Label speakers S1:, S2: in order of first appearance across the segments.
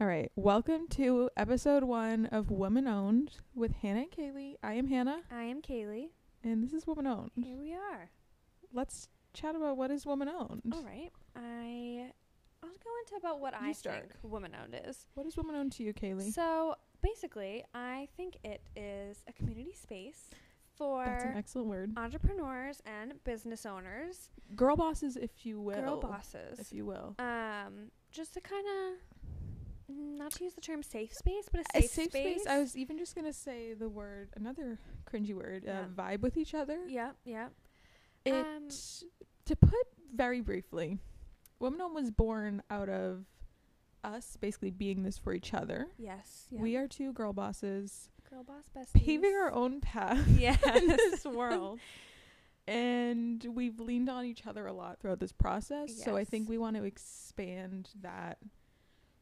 S1: All right. Welcome to episode one of Woman Owned with Hannah and Kaylee. I am Hannah,
S2: I am Kaylee.
S1: and this is Woman Owned.
S2: Here we are.
S1: Let's chat about what is woman owned.
S2: All right. I I'll go into about what
S1: Mm. You
S2: I
S1: start.
S2: think woman owned is.
S1: What is woman owned to you, Kaylee?
S2: So basically, I think it is a community space
S1: That's an
S2: for
S1: excellent word.
S2: entrepreneurs and business owners,
S1: Girl bosses, if you will.
S2: um, girl bosses.
S1: if you will.
S2: um, just to kind of not to use the term safe space, but a
S1: A
S2: safe, space.
S1: I was even just gonna say the word, another cringy word,
S2: Yeah.
S1: uh, vibe with each other.
S2: Yeah, yeah.
S1: It,
S2: Um,
S1: to put very briefly, Woman Owned was born out of us basically being this for each other.
S2: Yes. Yeah.
S1: We are two girl bosses
S2: girl boss besties.
S1: paving our own path
S2: Yes.
S1: in this world. And we've leaned on each other a lot throughout this process. So I think
S2: Yes.
S1: we want to expand that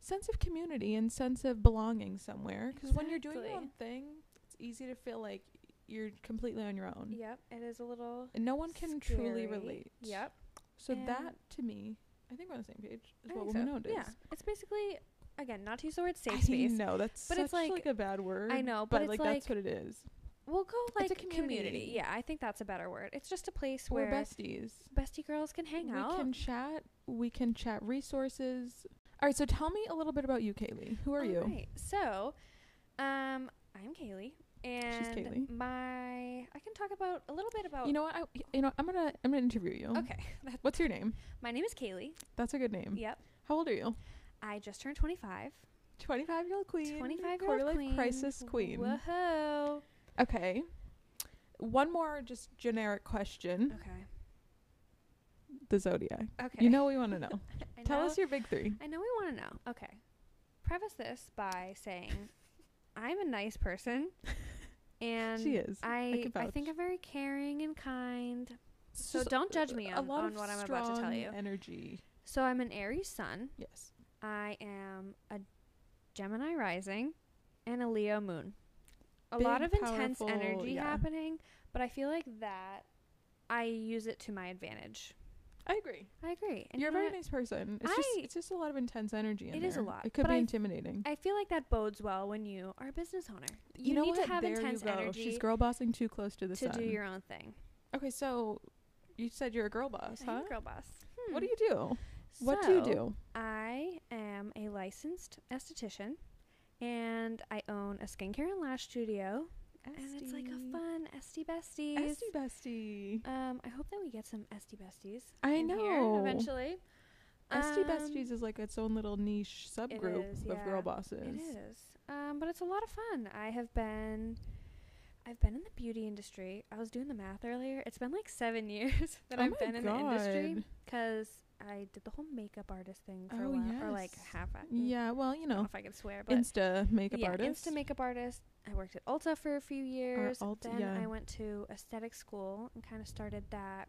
S1: sense of community and sense of belonging somewhere. Because when you're doing your
S2: Exactly.
S1: own thing, it's easy to feel like you're completely on your own.
S2: Yep. It is a little.
S1: And no one can truly
S2: scary.
S1: relate.
S2: Yep.
S1: So
S2: And-
S1: that to me, I think we're on the same page, is what
S2: I think
S1: woman
S2: so.
S1: owned is.
S2: Yeah, it's basically again not to use the word safe
S1: I
S2: space.
S1: know that's
S2: But
S1: such
S2: it's
S1: like,
S2: like-
S1: a bad word.
S2: know, but
S1: but,
S2: it's
S1: like, that's
S2: like-
S1: what it is.
S2: We'll go
S1: a
S2: like community.
S1: community.
S2: Yeah, I think that's a better word. It's just a place
S1: We're
S2: where
S1: besties.
S2: bestie girls can hang
S1: we
S2: out.
S1: can chat. We can chat resources. All right, so tell me a little bit about you, Kaylee. Who are you?
S2: Alright, So, um, I'm Kaylee, and
S1: Kaylee.
S2: my I can talk about a little bit about.
S1: You know um, what? I, you know, I'm gonna I'm gonna interview you.
S2: Oh. okay, that-
S1: What's your name?
S2: my name is Kaylee.
S1: That's a good name.
S2: Yep,
S1: How old are you?
S2: I just turned 25.
S1: 25 year old queen.
S2: 25 year
S1: Quarter
S2: old
S1: life
S2: queen.
S1: crisis queen.
S2: Whoa.
S1: Okay. One more just generic question.
S2: Okay.
S1: The zodiac.
S2: Okay.
S1: You know we want to know.
S2: I
S1: tell
S2: know-
S1: us your big three.
S2: I know we want to know. Okay. Preface this by saying I'm a nice person and
S1: she is.
S2: I,
S1: can
S2: I,
S1: vouch.
S2: think I'm very caring and kind.
S1: It's
S2: So
S1: just
S2: don't judge me
S1: a
S2: on,
S1: lot
S2: on
S1: of
S2: what I'm about to tell
S1: strong
S2: you.
S1: Energy.
S2: So I'm an Aries sun.
S1: Yes.
S2: I am a Gemini rising and a Leo moon. A lot of
S1: Big,
S2: intense
S1: powerful-
S2: energy
S1: yeah.
S2: happening, but I feel like that I use it to my advantage.
S1: I agree.
S2: I agree. And
S1: You're a
S2: you know
S1: very
S2: what?
S1: nice person. It's just
S2: I-
S1: it's just a lot of intense energy. In
S2: It is a
S1: there.
S2: lot,
S1: It could
S2: but
S1: be
S2: I-
S1: intimidating.
S2: I feel like that bodes well when you are a business owner. You,
S1: know
S2: need
S1: what?
S2: to have
S1: there
S2: intense
S1: you go.
S2: energy
S1: She's girl bossing too close to the
S2: to
S1: sun.
S2: do your own thing.
S1: okay, so you said you're a girl boss,
S2: I'm a
S1: huh?
S2: girl boss.
S1: What do
S2: Hmm.
S1: you do? what do you
S2: So,
S1: do?
S2: I am a licensed esthetician, and I own a skincare and lash studio, and it's like a fun esty besties.
S1: Esty bestie.
S2: Um, I hope that we get some esty besties.
S1: I
S2: in here
S1: know.
S2: eventually.
S1: Esty
S2: Um,
S1: besties is like its own little niche subgroup
S2: is,
S1: of girl
S2: yeah.
S1: bosses.
S2: It is. Um, but it's a lot of fun. I have been I've been in the beauty industry. I was doing the math earlier. It's been like 7 years that
S1: Oh
S2: I've
S1: my
S2: been in the industry
S1: God.
S2: cuz I did the whole makeup artist thing for
S1: Oh,
S2: a while or like
S1: yes.
S2: half a-
S1: Yeah, well, you
S2: I don't know
S1: know,
S2: if I can swear, but
S1: Insta makeup
S2: yeah,
S1: artist.
S2: Insta makeup artist. I worked at Ulta for a few years.
S1: Ulta-
S2: then
S1: yeah.
S2: I went to aesthetic school and kind of started that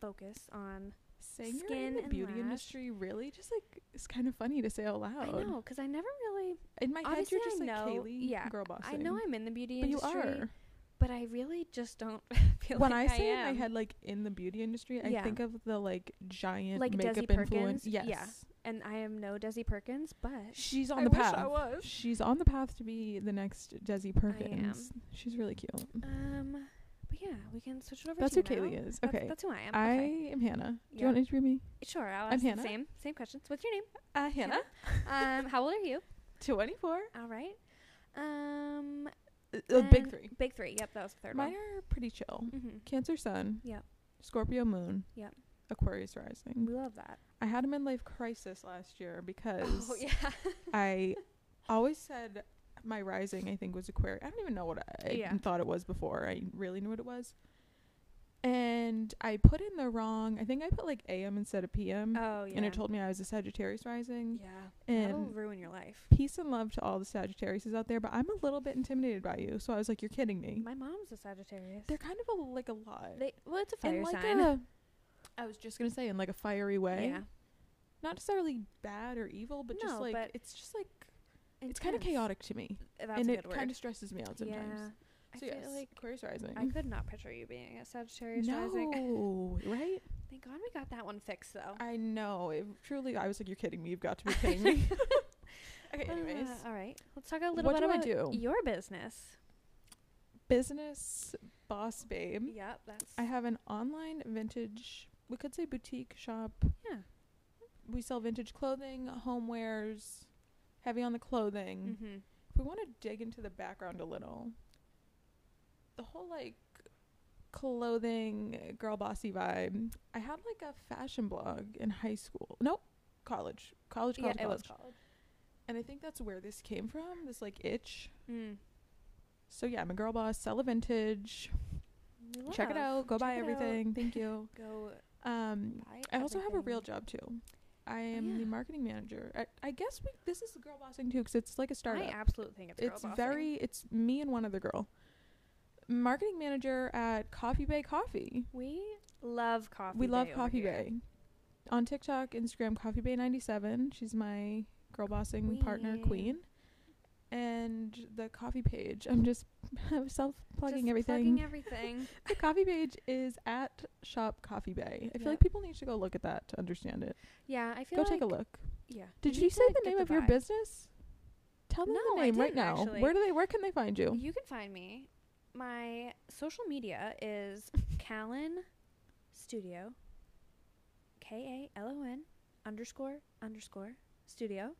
S2: focus on
S1: Saying you're in
S2: skin
S1: the
S2: and
S1: beauty
S2: lash.
S1: industry really just like it's kind of funny to say out loud.
S2: I know cuz I never really
S1: In my head,
S2: Obviously,
S1: you're
S2: I
S1: just like
S2: know-
S1: Kaylee,
S2: yeah,
S1: girl bossing.
S2: I know I'm in the beauty
S1: but you
S2: industry.
S1: are.
S2: but I really just don't feel
S1: When I
S2: like
S1: say
S2: am.
S1: in my head, like in the beauty industry, I
S2: Yeah.
S1: think of the like giant
S2: Like Desi
S1: makeup influence.
S2: Perkins?
S1: Yes,
S2: Yeah. and I am no Desi Perkins, but
S1: she's on
S2: I
S1: the
S2: wish
S1: path.
S2: I was.
S1: She's on the path to be the next Desi Perkins. She's really cute.
S2: Um, but yeah, we can switch it over.
S1: That's
S2: to
S1: who
S2: you now.
S1: Kaylee is.
S2: That's-
S1: Okay,
S2: that's, who I am.
S1: I
S2: Okay.
S1: am Hannah. Do you
S2: Yeah.
S1: want to interview me?
S2: sure. I'll
S1: I'm
S2: ask the
S1: Hannah.
S2: same same questions. What's your name?
S1: Uh,
S2: Hannah. um, how old are you?
S1: twenty-four. Uh,
S2: All right. Um,
S1: Oh, big
S2: and-
S1: three.
S2: Big three. Yep, that was the third
S1: Mine are pretty chill.
S2: one. Mm-hmm.
S1: Cancer Sun.
S2: Yep.
S1: Scorpio Moon.
S2: Yep.
S1: Aquarius Rising.
S2: We love that.
S1: I had a midlife crisis last year because
S2: Oh yeah.
S1: I always said my rising, I think, was Aquarius. I don't even know what I
S2: Yeah.
S1: thought it was before. I really knew what it was. And I put in the wrong, I think I put like AM instead of PM.
S2: Oh yeah.
S1: Mm-hmm. And it told me I was a Sagittarius rising.
S2: Yeah. Oh. That'll
S1: And
S2: ruin your life.
S1: peace and love to all the Sagittariuses out there, but I'm a little bit intimidated by you. So I was like, you're kidding me.
S2: My mom's a Sagittarius.
S1: They're kind of a, like a lot.
S2: They well, it's a
S1: in
S2: fire
S1: like
S2: sign.
S1: a, I was just going to say, in like a fiery way.
S2: Yeah.
S1: Not necessarily bad or evil, but just
S2: No,
S1: like,
S2: but
S1: it's just like, it's kind of
S2: Intense.
S1: chaotic to me.
S2: Uh, That's
S1: and
S2: a
S1: it
S2: good word.
S1: kind of stresses me out sometimes.
S2: I
S1: So
S2: feel
S1: yes,
S2: like
S1: Aquarius rising.
S2: I could not picture you being a Sagittarius rising.
S1: no, right?
S2: Thank God we got that one fixed though.
S1: I know. It truly, I was like, you're kidding me. You've got to be kidding me. Okay, anyways.
S2: Uh, all right. Let's talk a little
S1: What
S2: bit
S1: do I
S2: about
S1: do?
S2: your business.
S1: Business boss babe.
S2: Yep, that's
S1: Hmm? I have an online vintage, we could say boutique shop.
S2: Yeah.
S1: We sell vintage clothing, homewares, heavy on the clothing.
S2: Mhm.
S1: If we want to dig into the background a little, the whole like clothing girl bossy vibe. I had like a fashion blog in high school. Nope, college, college,
S2: Yeah,
S1: college,
S2: it was
S1: college.
S2: college.
S1: And I think that's where this came from. This like itch.
S2: Mm.
S1: So yeah, I'm a girl boss. Sell a vintage.
S2: We
S1: Check it
S2: love.
S1: out. Go buy
S2: Check it out.
S1: everything. Thank you.
S2: Go
S1: Um,
S2: buy
S1: I also have a real
S2: everything.
S1: job too. I am
S2: yeah.
S1: the marketing manager. I, I guess we this is girl bossing too because it's like a startup.
S2: I absolutely think it's girl
S1: it's
S2: bossing.
S1: very it's me and one other girl marketing manager at coffee bay coffee
S2: We love coffee.
S1: we love
S2: Bay over
S1: coffee
S2: here.
S1: bay on tiktok instagram coffee bay 97 she's my girl bossing partner
S2: Queen.
S1: queen and the coffee page i'm just self plugging
S2: Just
S1: everything
S2: Plugging everything.
S1: the coffee page is at shop coffee bay i feel
S2: Yep.
S1: like people need to go look at that to understand it
S2: yeah, I feel
S1: go
S2: like
S1: take a look
S2: Yeah.
S1: did you,
S2: need to,
S1: say
S2: like,
S1: the
S2: get
S1: name of your
S2: vibe.
S1: business tell them
S2: No,
S1: the
S2: I
S1: name right
S2: didn't,
S1: now
S2: actually.
S1: where do they where can they find you
S2: You can find me. My social media is Callen Studio. K A L O N underscore underscore studio.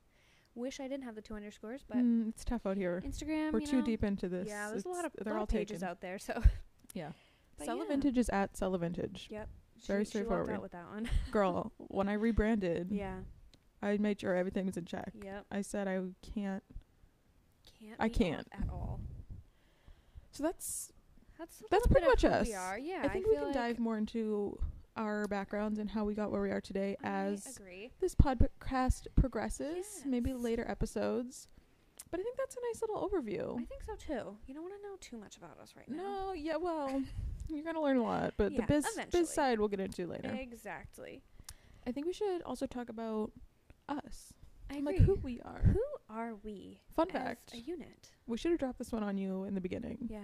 S2: Wish I didn't have the two underscores, but
S1: Mm, it's tough out here
S2: Instagram.
S1: We're
S2: you
S1: too
S2: know,
S1: deep into this.
S2: Yeah, there's a
S1: It's-
S2: lot of,
S1: they're
S2: lot
S1: all
S2: of pages
S1: taken.
S2: out there. So
S1: Yeah.
S2: But
S1: Sell a
S2: yeah,
S1: Vintage is at Sell a Vintage.
S2: Yep.
S1: Very
S2: she, she walked
S1: straightforward.
S2: out with that one.
S1: Girl, when I rebranded,
S2: yeah.
S1: I made sure everything was in check.
S2: Yep.
S1: I said I can't.
S2: Can't.
S1: I
S2: be off
S1: can't.
S2: at all.
S1: So that's.
S2: That's a
S1: That's
S2: little
S1: pretty
S2: bit of
S1: much
S2: who We
S1: us.
S2: are. Yeah.
S1: I think we
S2: feel
S1: can
S2: like
S1: dive more into our backgrounds and how we got where we are today
S2: I
S1: as
S2: agree.
S1: this podcast progresses. Maybe
S2: Yes.
S1: later episodes. But I think that's a nice little overview.
S2: I think so too. You don't want to know too much about us right now.
S1: no, yeah, well, you're gonna learn a lot, but the
S2: Yeah,
S1: biz
S2: eventually.
S1: biz side we'll get into later.
S2: Exactly.
S1: I think we should also talk about us,
S2: I
S1: like
S2: agree.
S1: who we are.
S2: Who are we?
S1: Fun
S2: as
S1: fact. Mm.
S2: A unit.
S1: We should have dropped this one on you in the beginning.
S2: Yeah.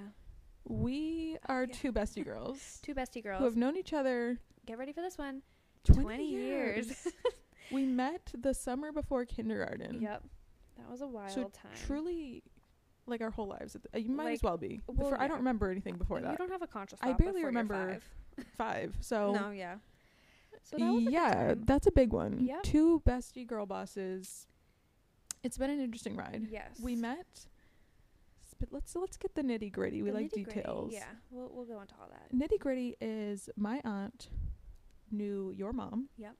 S1: We are
S2: yeah.
S1: two bestie girls
S2: Two bestie girls.
S1: who have known each other
S2: Get ready for this one.
S1: 20,
S2: 20
S1: years.
S2: years.
S1: we met the summer before kindergarten.
S2: Yep. That was a wild
S1: So
S2: time.
S1: truly, like our whole lives. at the- You might as
S2: Like,
S1: well be.
S2: well,
S1: Before- I
S2: yeah.
S1: don't remember anything before
S2: you
S1: that.
S2: don't have a conscious.
S1: I
S2: thought
S1: barely
S2: before you're
S1: remember
S2: five.
S1: Five. So
S2: no, yeah. So that was a good
S1: yeah,
S2: time.
S1: that's a big one.
S2: Yep.
S1: Two bestie girl bosses. It's been an interesting ride.
S2: Yes.
S1: We met. s- But let's let's get the nitty gritty. We
S2: The
S1: like
S2: nitty-gritty,
S1: details.
S2: Yeah. We'll we'll go into all that.
S1: Nitty gritty is my aunt knew your mom.
S2: Yep.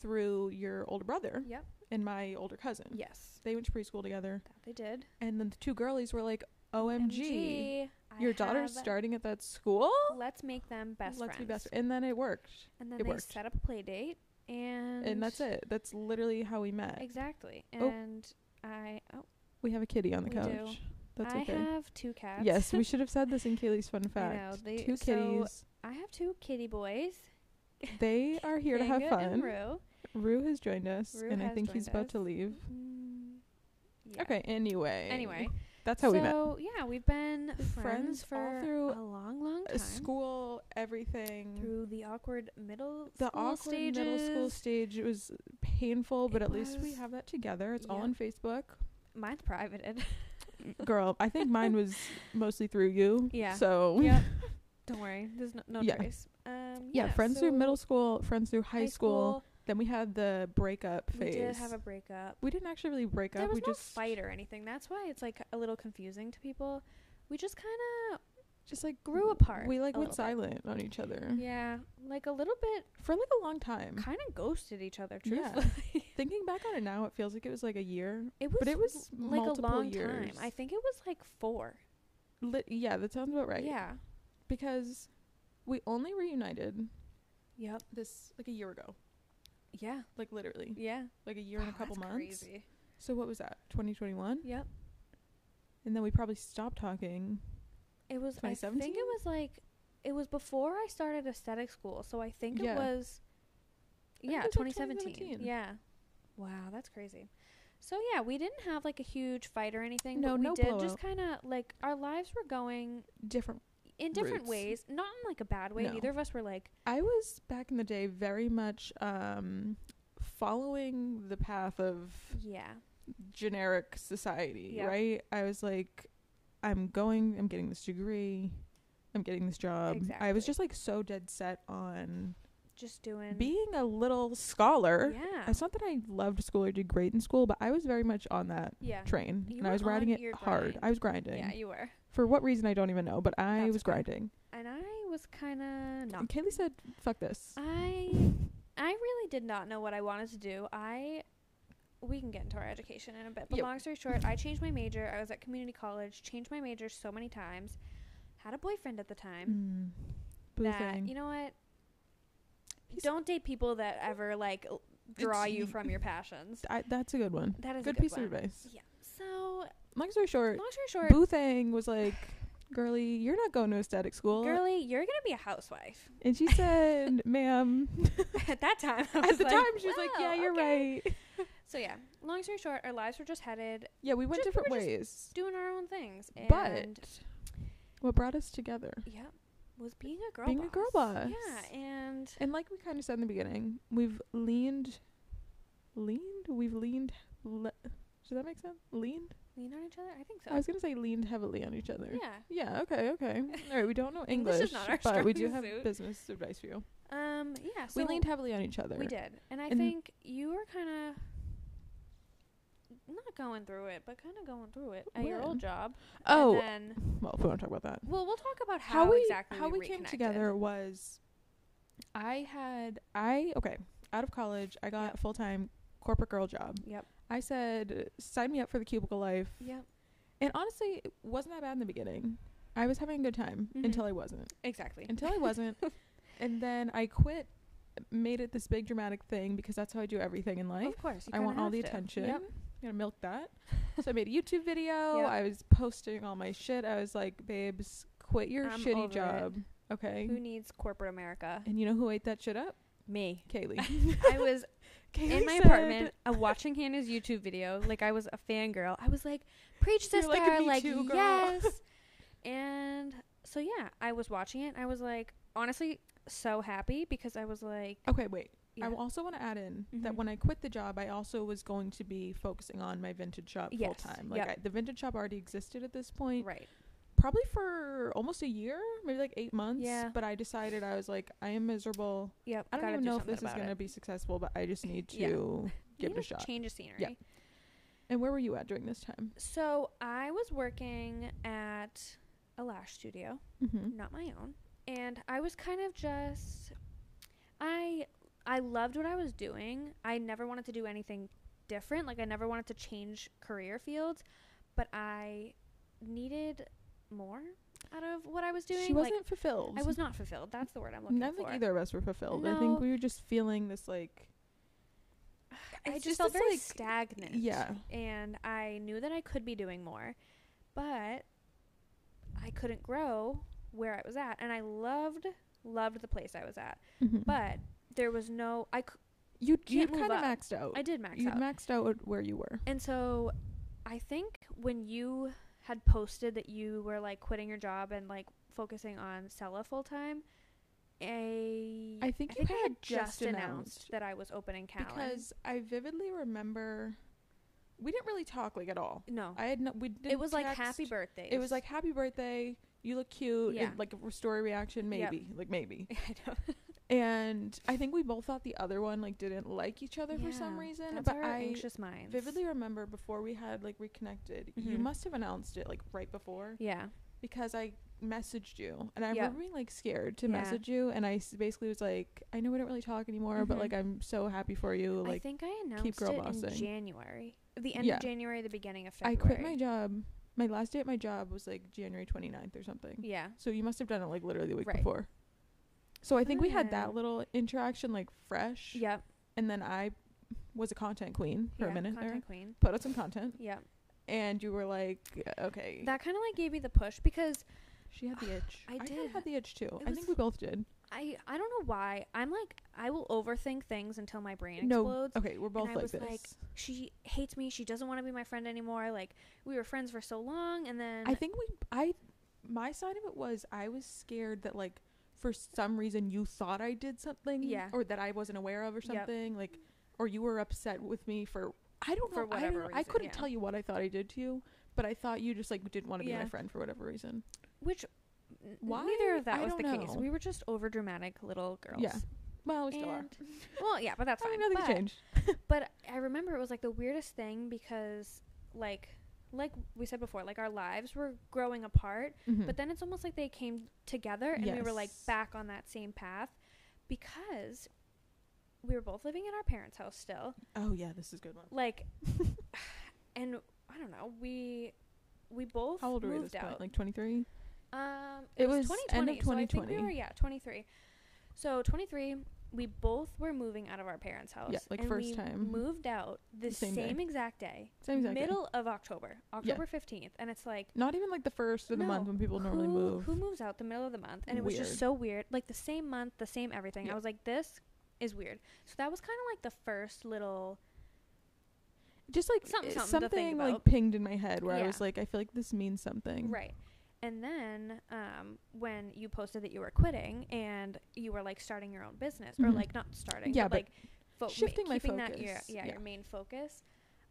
S1: Through your older brother
S2: Yep.
S1: and my older cousin.
S2: Yes.
S1: They went to preschool together,
S2: That they did.
S1: and then the two girlies were like, "OMG,
S2: MG, I
S1: your daughter's
S2: have-
S1: starting at that school?
S2: Let's make them best
S1: Let's be
S2: friends.
S1: best." And then it worked,
S2: And then
S1: It
S2: they
S1: worked.
S2: set up a play date, and
S1: and that's it. That's literally how we met.
S2: Exactly.
S1: Oh.
S2: And I oh,
S1: We have a kitty on the
S2: We
S1: couch.
S2: do.
S1: That's
S2: I
S1: okay.
S2: have two cats.
S1: Yes, we should have said this in Kaylee's fun
S2: I
S1: fact.
S2: know, they-
S1: two
S2: so
S1: kitties.
S2: I have two kitty boys.
S1: They are here to have
S2: Django
S1: fun.
S2: And Rue.
S1: Rue has joined us,
S2: Rue
S1: and I
S2: has
S1: think he's
S2: joined
S1: about
S2: us.
S1: to leave.
S2: Mm, yeah.
S1: Okay. Anyway.
S2: Anyway,
S1: that's how we met.
S2: so yeah, we've been
S1: Friends
S2: friends,
S1: all
S2: for
S1: through
S2: a long, long
S1: Uh,
S2: time.
S1: School, everything.
S2: through the awkward middle
S1: the
S2: school
S1: awkward
S2: stages.
S1: middle school stage it was painful, but
S2: It
S1: at least we
S2: was.
S1: have that together. It's all
S2: Yeah.
S1: on Facebook.
S2: Mine's privated.
S1: Girl, I think mine was mostly through you.
S2: Yeah.
S1: So
S2: yep. Don't worry. There's no, no
S1: Yeah.
S2: choice. Um,
S1: yeah, friends
S2: so
S1: through middle school, friends through high,
S2: high
S1: school. Then we had the breakup
S2: We
S1: phase.
S2: did have a breakup.
S1: We didn't actually really break
S2: there
S1: up.
S2: was
S1: we
S2: no
S1: just
S2: fight or anything. That's why it's like a little confusing to people. We just kind
S1: just like
S2: grew apart
S1: We like
S2: a
S1: went
S2: little
S1: silent on each other
S2: of yeah, like a little bit
S1: for like a long time.
S2: kind of ghosted each other.
S1: Mm. Yeah.
S2: Truthfully,
S1: Thinking back on it now, it feels like it was like a year.
S2: it was
S1: But it was
S2: l- like a
S1: multiple
S2: long time.
S1: years.
S2: I think it was like four.
S1: Li- yeah, that sounds about right.
S2: Yeah.
S1: because we only reunited
S2: Yep.
S1: this like a year ago,
S2: Yeah.
S1: like literally,
S2: Yeah.
S1: like a year and a
S2: Wow,
S1: couple
S2: Oh, that's
S1: months.
S2: Crazy.
S1: So what was that? 2021,
S2: Yep.
S1: and then we probably stopped talking.
S2: It was. I think it
S1: 2017?
S2: was like it was before I started aesthetic school, so I think
S1: Yeah.
S2: it was.
S1: think
S2: Yeah,
S1: it was, like,
S2: 2017.
S1: 2017.
S2: Yeah. Wow, that's crazy. So yeah, we didn't have like a huge fight or anything.
S1: No,
S2: but we
S1: no
S2: did
S1: blowout.
S2: just kind of like our lives were going
S1: Different.
S2: in different
S1: Roots.
S2: ways, not in like a bad way.
S1: No.
S2: Neither of us were like,
S1: I was back in the day very much um following the path of
S2: yeah,
S1: generic society,
S2: Yeah.
S1: right? I was like, I'm going, I'm getting this degree, I'm getting this job. I was
S2: Exactly.
S1: just like so dead set on
S2: Just doing.
S1: being a little scholar.
S2: Yeah.
S1: It's not that I loved school or did great in school, but I was very much on that
S2: Yeah.
S1: train
S2: You
S1: and
S2: were
S1: I was riding
S2: on
S1: it
S2: your
S1: hard.
S2: grind.
S1: I was grinding.
S2: Yeah, you were.
S1: For what reason I don't even know, but I
S2: That's
S1: was
S2: fair.
S1: grinding.
S2: And I was kind of not.
S1: And Kaylee said, "Fuck this."
S2: I I really did not know what I wanted to do. I we can get into our education in a bit, but
S1: Yep.
S2: long story short, I changed my major. I was at community college, changed my major so many times. Had a boyfriend at the time
S1: Mm. Blue
S2: that
S1: thing.
S2: you know what?
S1: He's-
S2: Don't date people that ever like l- draw
S1: It's-
S2: you from your passions.
S1: I, that's a good one.
S2: That is
S1: good,
S2: a good
S1: piece
S2: one.
S1: of advice.
S2: Yeah. So
S1: Long story short,
S2: long story short,
S1: Boo Thang was like, "Girlie, you're not going to aesthetic school."
S2: girly, you're gonna be a housewife.
S1: And she said, "Ma'am."
S2: at that time, I
S1: At
S2: was
S1: the
S2: like,
S1: time, she was like,
S2: "Wow,
S1: "Yeah, you're
S2: okay."
S1: right."
S2: So yeah, long story short, our lives were just headed
S1: Yeah, we went
S2: Just-
S1: different
S2: we were just
S1: ways,
S2: doing our own things. And
S1: but what brought us together?
S2: yeah, was being a girl
S1: Being
S2: boss.
S1: a girl boss.
S2: Yeah, and
S1: And like we kind of said in the beginning, we've leaned, leaned. We've leaned. Le- does that make sense? Leaned.
S2: lean on each other. I think so.
S1: I was gonna say leaned heavily on each other.
S2: yeah.
S1: Yeah, okay, okay. All right, we don't know English,
S2: English is not our
S1: but we do
S2: strong
S1: have
S2: suit.
S1: business advice for you.
S2: Um. Yeah. So
S1: we leaned heavily on each other.
S2: We did, and I
S1: And-
S2: think you were kind of not going through it, but kind of going through it at your
S1: When?
S2: old job.
S1: Oh,
S2: And then,
S1: well, if we want to talk about that.
S2: well, we'll talk about
S1: How,
S2: how,
S1: we
S2: exactly
S1: how we, came
S2: reconnected.
S1: together was I had I okay, out of college, I got
S2: Yep.
S1: a full-time corporate girl job.
S2: Yep.
S1: I said, "Sign me up for the cubicle life."
S2: Yep.
S1: And honestly, it wasn't that bad in the beginning. I was having a good time
S2: Mhm.
S1: until I wasn't.
S2: Exactly.
S1: Until I wasn't. and then I quit made it this big dramatic thing because that's how I do everything in life.
S2: of course. You
S1: I want
S2: kinda
S1: all
S2: have
S1: the
S2: to.
S1: attention.
S2: Yep.
S1: I'm gonna milk that. so I made a YouTube video.
S2: Yep.
S1: I was posting all my shit. I was like, babes, quit your
S2: I'm over
S1: shitty
S2: it.
S1: job. Okay.
S2: Who needs corporate America?
S1: And you know who ate that shit up?
S2: Me.
S1: Kaylee.
S2: I was
S1: Kaylee
S2: in my
S1: said-
S2: apartment uh, watching Hannah's YouTube video. Like I was a fangirl. I was like, preach
S1: You're
S2: sister,
S1: like,
S2: like,
S1: "Me too, girl."
S2: yes. and so yeah, I was watching it. I was like, honestly, so happy because I was like,
S1: Okay, wait.
S2: yeah,
S1: I also want to add in that
S2: Mhm.
S1: when I quit the job, I also was going to be focusing on my vintage shop full
S2: Yes,
S1: time. Like
S2: yep.
S1: I, the vintage shop already existed at this point,
S2: right,
S1: probably for almost a year, maybe like eight months.
S2: Yeah.
S1: But I decided I was like, I am miserable.
S2: yep.
S1: I don't
S2: gotta
S1: even
S2: do
S1: know if
S2: something
S1: this is
S2: about
S1: gonna
S2: it.
S1: be successful, but I just need
S2: Yeah.
S1: to give it
S2: Need
S1: a
S2: to
S1: shot.
S2: Change of scenery.
S1: And where were you at during this time?
S2: So I was working at a lash studio.
S1: Mm-hmm.
S2: not my own and i was kind of just i i loved what i was doing i never wanted to do anything different like i never wanted to change career fields but i needed more out of what i was doing
S1: She wasn't
S2: like
S1: fulfilled.
S2: i was not fulfilled that's the word i'm looking
S1: I don't
S2: for
S1: think either of us were fulfilled. I think
S2: No.
S1: we were just feeling this like.
S2: i
S1: It's
S2: just, felt
S1: this,
S2: very
S1: like,
S2: stagnant
S1: yeah.
S2: and i knew that i could be doing more but i couldn't grow where i was at and i loved loved the place i was at
S1: mhm.
S2: but there was no I, c-
S1: you you
S2: can't
S1: kind
S2: move
S1: of
S2: up.
S1: maxed out.
S2: I did max
S1: you
S2: out.
S1: maxed out at where you were.
S2: and so I think when you had posted that you were like quitting your job and like focusing on Sella full time, I
S1: I think you
S2: I
S1: had
S2: had
S1: just
S2: just announced,
S1: announced.
S2: that I was opening Callan.
S1: Because I vividly remember, we didn't really talk like at all.
S2: no,
S1: I had no. We didn't
S2: it was like
S1: text.
S2: happy birthday.
S1: It was like happy birthday. You look cute.
S2: Yeah.
S1: And like a story reaction,
S2: Yep.
S1: maybe like maybe.
S2: I know.
S1: And I think we both thought the other one like didn't like each other for some
S2: Yeah,
S1: reason.
S2: That's
S1: but
S2: our
S1: I
S2: anxious minds.
S1: vividly remember before we had like reconnected, you
S2: Mhm.
S1: must have announced it like right before
S2: Yeah.
S1: because I messaged you and I
S2: Yep.
S1: remember being like scared to
S2: Yeah.
S1: message you and I s- basically was like, I know we don't really talk anymore, but
S2: Mhm.
S1: like I'm so happy for you.
S2: I
S1: Like
S2: think I announced
S1: girl
S2: it
S1: bossing.
S2: in January. The end
S1: Yeah.
S2: of January, the beginning of
S1: I
S2: February.
S1: quit my job. My last day at my job was like January 29th or something.
S2: Yeah.
S1: So you must have done it like literally the week
S2: Right.
S1: before. So I think we had that
S2: Ah.
S1: little interaction like fresh.
S2: Yep.
S1: And then I was a content queen for
S2: yeah,
S1: a minute
S2: Content
S1: there.
S2: Queen.
S1: Put out some content.
S2: Yep.
S1: And you were like, uh, okay.
S2: that kind of like gave me the push because
S1: she had the itch.
S2: I
S1: kinda
S2: did.
S1: had the itch too. I
S2: was
S1: think we both did.
S2: I I don't know why I'm like I will overthink things until my brain
S1: No.
S2: explodes.
S1: Okay, we're both
S2: I
S1: like
S2: was
S1: this.
S2: like, She hates me. She doesn't want to be my friend anymore. Like we were friends for so long, and then
S1: I think we, I, my side of it was I was scared that like for some reason you thought I did something,
S2: Yeah.
S1: or that I wasn't aware of or
S2: Yep.
S1: something, like, or you were upset with me for I don't
S2: For
S1: know. I, don't
S2: whatever
S1: know. I
S2: reason,
S1: couldn't
S2: yeah.
S1: tell you what I thought I did to you, but I thought you just like didn't want to be
S2: Yeah.
S1: my friend for whatever reason.
S2: Which n-
S1: Why?
S2: neither of that
S1: I
S2: was the
S1: don't
S2: case.
S1: know.
S2: We were just over dramatic little girls.
S1: Yeah, Well, we still are.
S2: And- well, yeah, but that's
S1: I
S2: fine.
S1: mean, nothing
S2: but,
S1: changed.
S2: but I remember it was like the weirdest thing because like like we said before, like our lives were growing apart,
S1: Mhm.
S2: but then it's almost like they came together and we were like
S1: Yes.
S2: back on that same path because we were both living in our parents' house still.
S1: oh yeah, this is a good one.
S2: Like and I don't know, we we both
S1: How old were we at this
S2: moved
S1: point?
S2: out.
S1: Like twenty three.
S2: Um,
S1: It was end of
S2: So I think we
S1: 2020.
S2: were yeah, 23. So 23, we both were moving out of our parents' house.
S1: Yeah, like
S2: and
S1: first
S2: we
S1: time.
S2: Moved out the same,
S1: Same day.
S2: exact day.
S1: Same exact. day.
S2: Middle of October, October 15th, and it's like
S1: Not even like the first of the month
S2: No,
S1: when people normally
S2: who,
S1: move.
S2: Who moves out the middle of the month? And it was just
S1: Weird.
S2: so weird. Like the same month, the same everything. I
S1: Yeah.
S2: was like, this is weird. So that was kind of like the first little
S1: Just like eh,
S2: Something-
S1: something,
S2: something to think about.
S1: like pinged in my head where
S2: Yeah.
S1: I was like, I feel like this means something.
S2: Right. And then um, when you posted that you were quitting and you were like starting your own business or
S1: Mhm.
S2: like not starting,
S1: Yeah,
S2: but,
S1: but
S2: like fo- ma-
S1: shifting my
S2: keeping That your,
S1: focus,
S2: yeah,
S1: yeah.
S2: your main focus.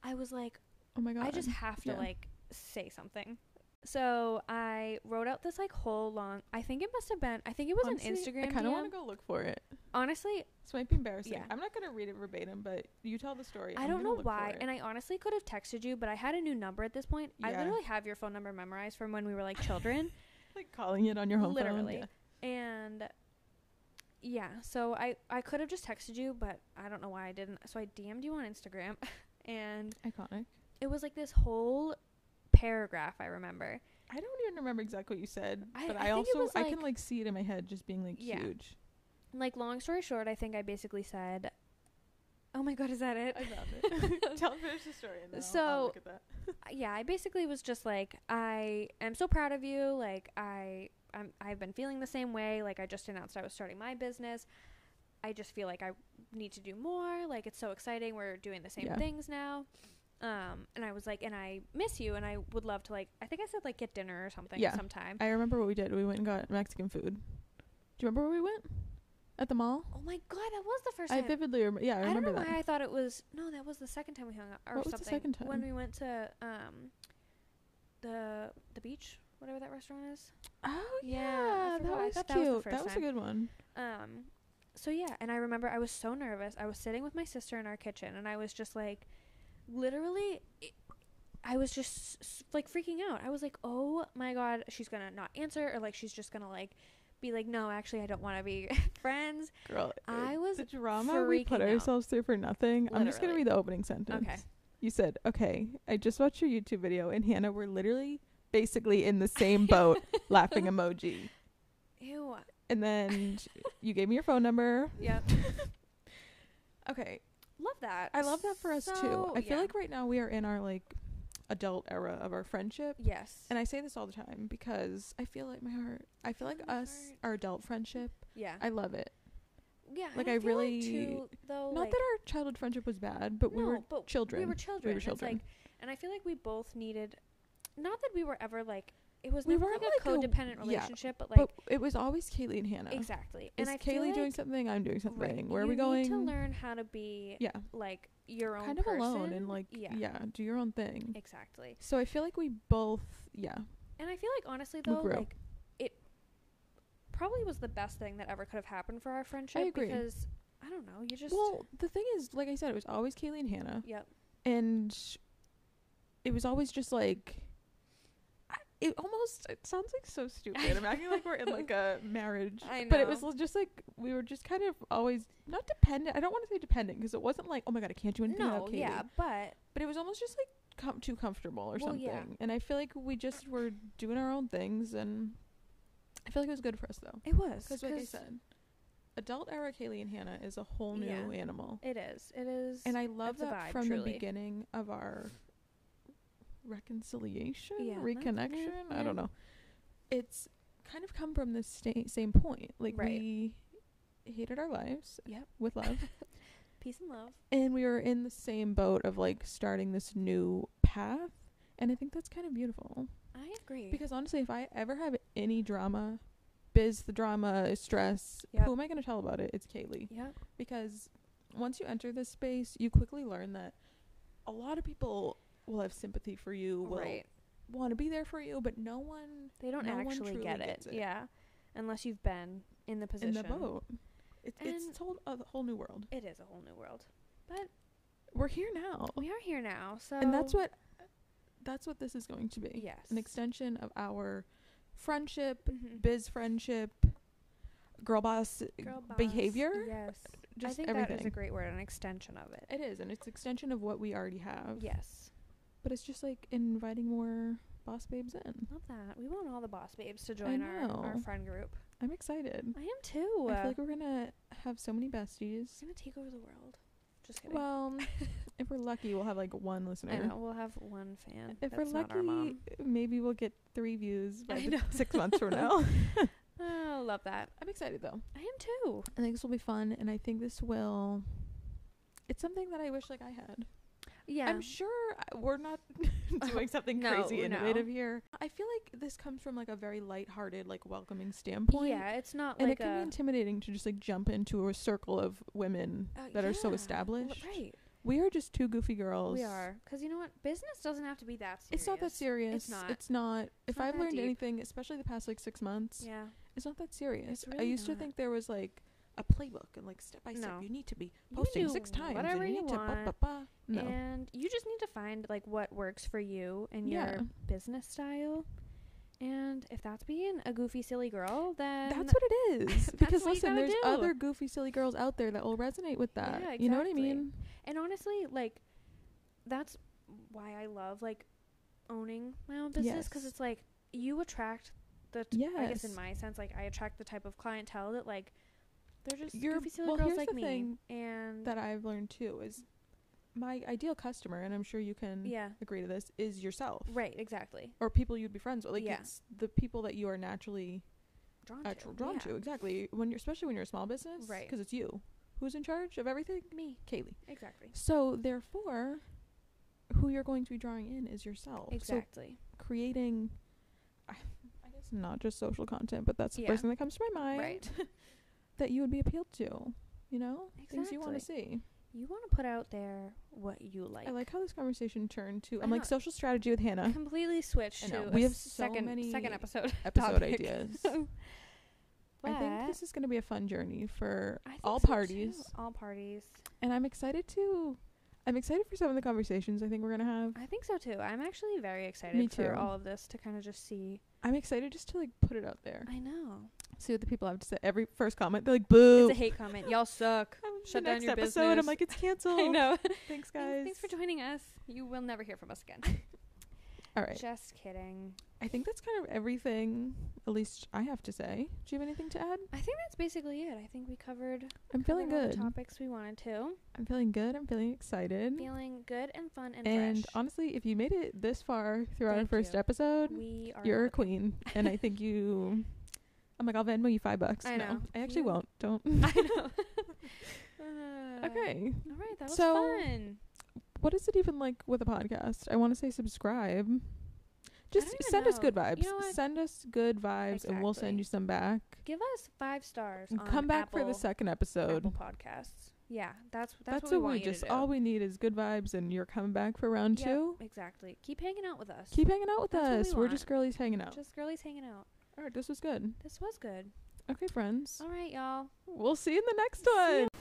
S2: I was like,
S1: Oh my god.
S2: I just have to
S1: yeah.
S2: like say something. So I wrote out this like whole long. I think it must have been. I think it was
S1: Honestly,
S2: an Instagram.
S1: I kind of
S2: DM.
S1: want to go look for it.
S2: Honestly,
S1: This might be embarrassing.
S2: Yeah.
S1: I'm not gonna read it verbatim, but you tell the story.
S2: I
S1: I'm
S2: don't
S1: gonna
S2: know
S1: look for
S2: why.
S1: it.
S2: And I honestly could have texted you, but I had a new number at this point. I
S1: Yeah.
S2: literally have your phone number memorized from when we were like children.
S1: like calling it on your home phone.
S2: literally
S1: Yeah.
S2: and yeah so i i could have just texted you but i don't know why i didn't so i dm'd you on instagram and
S1: Iconic.
S2: it was like this whole paragraph i remember
S1: I don't even remember exactly what you said,
S2: I-
S1: but
S2: I
S1: I,
S2: think it
S1: also
S2: was,
S1: I can
S2: like-
S1: like see it in my head just being like
S2: Yeah.
S1: huge.
S2: like long story short i think i basically said oh my god is that it
S1: I found it. Tell finish the story and then I'll- I'll,
S2: So-
S1: look at that.
S2: yeah, I basically was just like, I am so proud of you. Like, I, I'm, I've been feeling the same way. Like, I just announced I was starting my business. I just feel like I need to do more. Like, it's so exciting. We're doing the same
S1: Yeah.
S2: things now. Um, and I was like, and I miss you, and I would love to like. I think I said like get dinner or something
S1: Yeah.
S2: sometime.
S1: I remember what we did. We went and got Mexican food. Do you remember where we went? At the mall?
S2: oh my god, that was the first
S1: I
S2: time.
S1: vividly remember. Yeah, I
S2: I don't
S1: remember
S2: know
S1: that.
S2: why I thought it was no. That was the second time we hung out or
S1: What was
S2: something.
S1: the second
S2: when
S1: time?
S2: we went to um, the the beach, whatever that restaurant is.
S1: Oh
S2: Yeah,
S1: yeah,
S2: I
S1: that
S2: forgot. I
S1: was
S2: thought
S1: cute.
S2: that was the
S1: That was,
S2: first
S1: a
S2: time.
S1: good one.
S2: Um, so yeah, and I remember I was so nervous. I was sitting with my sister in our kitchen, and I was just like, literally, it, I was just s- s- like freaking out. I was like, oh my god, she's gonna not answer, or like she's just gonna like be like, no, actually, I don't want to be friends.
S1: Girl,
S2: I was
S1: the drama we put
S2: freaking out.
S1: ourselves through for nothing. I'm just gonna
S2: Literally.
S1: read the opening sentence.
S2: Okay.
S1: You said, "Okay, I just watched your YouTube video, and Hannah, we're literally basically in the same boat, laughing emoji."
S2: Ew.
S1: And then sh- you gave me your phone number.
S2: Yeah.
S1: Okay,
S2: Love that.
S1: I love that for us too.
S2: So,
S1: I feel
S2: yeah.
S1: like right now we are in our like adult era of our friendship.
S2: yes,
S1: And I say this all the time because I feel like my heart, I feel like
S2: my
S1: us,
S2: heart.
S1: our adult friendship,
S2: yeah,
S1: I love it.
S2: yeah.
S1: like,
S2: and
S1: I
S2: feel
S1: really-
S2: too, though,
S1: Not
S2: like-
S1: that our childhood friendship was bad, but we
S2: No,
S1: were
S2: but we were
S1: children.
S2: we were children. It's
S1: children.
S2: like, and I feel like we both needed, not that we were ever like, it was
S1: We
S2: never like
S1: weren't like
S2: a
S1: a-
S2: codependent
S1: yeah,
S2: relationship, but like
S1: but it was always Kaylee and Hannah.
S2: exactly.
S1: Is
S2: and I feel
S1: Kaylee doing
S2: like,
S1: something? I'm doing something.
S2: right,
S1: Where are
S2: you
S1: we going?
S2: Need to learn how to be
S1: yeah,
S2: like your own
S1: kind of
S2: person.
S1: alone and like
S2: yeah,
S1: yeah. do your own thing.
S2: exactly.
S1: so I feel like we both yeah
S2: And I feel like honestly
S1: We
S2: though,
S1: grew.
S2: like it probably was the best thing that ever could have happened for our friendship
S1: agree.
S2: because I don't know, you just
S1: well, the thing is, like I said, it was always Kaylee and Hannah,
S2: yep,
S1: and it was always just like I- it almost it sounds like so stupid. I'm acting like we're in like a marriage,
S2: I
S1: but it
S2: know.
S1: was l- just like we were just kind of always not dependent. I don't want to say dependent because it wasn't like oh my god, I can't do anything
S2: no,
S1: without Kaylee.
S2: yeah, but
S1: But it was almost just like com- too comfortable or
S2: Well,
S1: something.
S2: yeah.
S1: And I feel like we just were doing our own things, and I feel like it was good for us though.
S2: it was
S1: Because like I said, adult era Kaylee and Hannah is a whole new
S2: Yeah.
S1: animal.
S2: it is, it is,
S1: And I love
S2: It's a
S1: that
S2: vibe,
S1: from
S2: truly.
S1: the beginning of our reconciliation,
S2: Yeah, that's- yeah,
S1: reconnection. I don't
S2: yeah.
S1: know. It's kind of come from the sta- same point. Like
S2: Right.
S1: we hated our lives
S2: Yep.
S1: with love,
S2: peace and love.
S1: and we were in the same boat of like starting this new path. And I think that's kind of beautiful
S2: I agree.
S1: because honestly, if I ever have any drama, biz the drama, stress,
S2: Yep.
S1: who am I going to tell about it? It's Kaylee
S2: yep.
S1: because once you enter this space, you quickly learn that a lot of people will have sympathy for you, will
S2: right.
S1: want to be there for you, but no one
S2: They don't
S1: no one
S2: actually
S1: truly
S2: get it.
S1: gets it.
S2: Yeah. Unless you've been in the position.
S1: in the boat. It, it's
S2: And-
S1: it's whole, a whole new world.
S2: It is a whole new world. But
S1: We're here now,
S2: we are here now, so
S1: and that's what that's what this is going to be.
S2: Yes.
S1: an extension of our friendship,
S2: Mhm.
S1: biz friendship, girl boss
S2: Girl boss.
S1: behavior.
S2: Yes.
S1: Just
S2: I think
S1: everything.
S2: that is a great word, an extension of it.
S1: it is, and it's extension of what we already have.
S2: Yes.
S1: but it's just like inviting more boss babes in.
S2: Love that. We want all the boss babes to join our, our
S1: know.
S2: friend group.
S1: I'm excited.
S2: I am too.
S1: I feel like we're gonna have so many besties.
S2: going to take over the world. Just kidding.
S1: Well, if we're lucky, we'll have like one listener.
S2: I know. We'll have one fan.
S1: If
S2: that's
S1: we're
S2: not our
S1: lucky,
S2: mom.
S1: maybe we'll get three views by
S2: I
S1: the-
S2: know.
S1: six months from now.
S2: Oh, love that.
S1: I'm excited though.
S2: I am too.
S1: I think this will be fun, and I think this will. It's something that I wish like I had.
S2: Yeah.
S1: I'm sure I- we're not doing something
S2: No,
S1: crazy
S2: no.
S1: innovative here. I feel like this comes from like a very lighthearted, like welcoming standpoint.
S2: Yeah, it's not
S1: and
S2: like
S1: it can
S2: a,
S1: be intimidating to just like jump into a circle of women
S2: Uh,
S1: that are so
S2: yeah. Well,
S1: established.
S2: Right.
S1: We are just two goofy girls.
S2: We are. Because you know what? Business doesn't have to be that serious.
S1: It's not that serious.
S2: It's not.
S1: It's not. If
S2: not
S1: I've
S2: that
S1: learned
S2: deep.
S1: anything, especially the past like six months,
S2: Yeah.
S1: it's not that serious.
S2: It's
S1: I
S2: really
S1: used
S2: not.
S1: to think there was like a playbook and like step by
S2: No.
S1: step. You need to be
S2: can
S1: posting
S2: do
S1: six times.
S2: whatever
S1: and
S2: you
S1: you need to. Ba,
S2: want.
S1: ba, ba. No.
S2: And you just need to find like what works for you and
S1: Yeah.
S2: your business style. And if that's being a goofy, silly girl, then
S1: that's what it is.
S2: That's
S1: because
S2: what you
S1: listen,
S2: gotta
S1: there's
S2: do.
S1: other goofy, silly girls out there that will resonate with that.
S2: Yeah,
S1: You know what I
S2: exactly.
S1: mean?
S2: And honestly, like that's why I love like owning my own business because
S1: Yes.
S2: it's like you attract the t- I guess in
S1: Yes.
S2: my sense, like I attract the type of clientele that like they're just
S1: You're-
S2: goofy silly
S1: well,
S2: girls
S1: here's
S2: like
S1: the
S2: me.
S1: thing
S2: and
S1: That I've learned too is my ideal customer, and I'm sure you can
S2: yeah,
S1: agree to this, is yourself.
S2: right, exactly.
S1: Or people you'd be friends with. Like
S2: Yeah.
S1: it's the people that you are naturally
S2: Drawn
S1: uh,
S2: to,
S1: tr- drawn
S2: yeah.
S1: to. Exactly. When you're especially when you're a small business,
S2: Right.
S1: Because it's you who's in charge of everything.
S2: me,
S1: Kaylee.
S2: exactly,
S1: So therefore, who you're going to be drawing in is yourself.
S2: exactly,
S1: So creating, I, I guess not just social content, but that's the
S2: Yeah.
S1: first thing that comes to my mind.
S2: right.
S1: That you would be appealed to. You know, things you want to see.
S2: You want to put out there what you like. Uh-huh.
S1: I like how this conversation turned to.
S2: I
S1: I'm like
S2: know.
S1: social strategy with Hannah.
S2: completely switched
S1: I
S2: to
S1: know.
S2: a
S1: We have so
S2: second
S1: many
S2: second episode
S1: Episode
S2: topic.
S1: ideas. I
S2: But
S1: think this is going to be a fun journey for
S2: I think
S1: all
S2: so too.
S1: parties,
S2: All parties.
S1: and I'm excited to. I'm excited for some of the conversations I think we're gonna have.
S2: I think so too. I'm actually very excited
S1: Me
S2: for
S1: too.
S2: all of this to kind of just see.
S1: I'm excited just to like put it out there,
S2: I know.
S1: see what the people have to say. Every first comment, they're like, "Boo."
S2: It's a hate comment. Y'all suck.
S1: Um,
S2: Shut
S1: the
S2: down
S1: next
S2: your
S1: episode,
S2: business.
S1: I'm like, it's canceled.
S2: I know.
S1: Thanks, Oh, guys.
S2: Thanks, thanks for joining us. You will never hear from us again.
S1: All right.
S2: Just kidding.
S1: I think that's kind of everything. At least I have to say. Do you have anything to add?
S2: I think that's basically it. I think we covered,
S1: I'm feeling
S2: covered all
S1: good. Mm-hmm.
S2: the topics we wanted to.
S1: I'm feeling good. I'm feeling excited.
S2: Feeling good and fun and,
S1: and
S2: fresh.
S1: honestly, if you made it this far through our
S2: Thank
S1: first
S2: you.
S1: episode,
S2: we are
S1: you're a
S2: not-
S1: queen. and I think you. I'm like, I'll Venmo you five bucks.
S2: I
S1: No,
S2: know.
S1: I actually
S2: You-
S1: won't. Don't.
S2: I know. Uh,
S1: okay.
S2: All right, that was
S1: So-
S2: fun.
S1: What is it even like with a podcast? I want to say subscribe. Just
S2: don't even
S1: send us
S2: know.
S1: good vibes.
S2: know what?
S1: send us good vibes, and we'll send
S2: Exactly.
S1: you some back.
S2: Give us five stars.
S1: And
S2: on
S1: come back for
S2: Apple-
S1: the second
S2: Apple
S1: episode.
S2: podcasts. Yeah, that's that's,
S1: That's,
S2: what we
S1: what
S2: want
S1: we
S2: you to
S1: just
S2: do.
S1: all we need is good vibes, and you're coming back for round
S2: Yep,
S1: two.
S2: Exactly. Keep hanging out with us.
S1: Keep hanging out with
S2: That's what we
S1: us. We're
S2: want.
S1: just girlies hanging out.
S2: Just girlies hanging out.
S1: all right, this was good.
S2: This was good.
S1: Okay, friends,
S2: All right, y'all.
S1: we'll see you in the next
S2: Oh. See ya.
S1: one.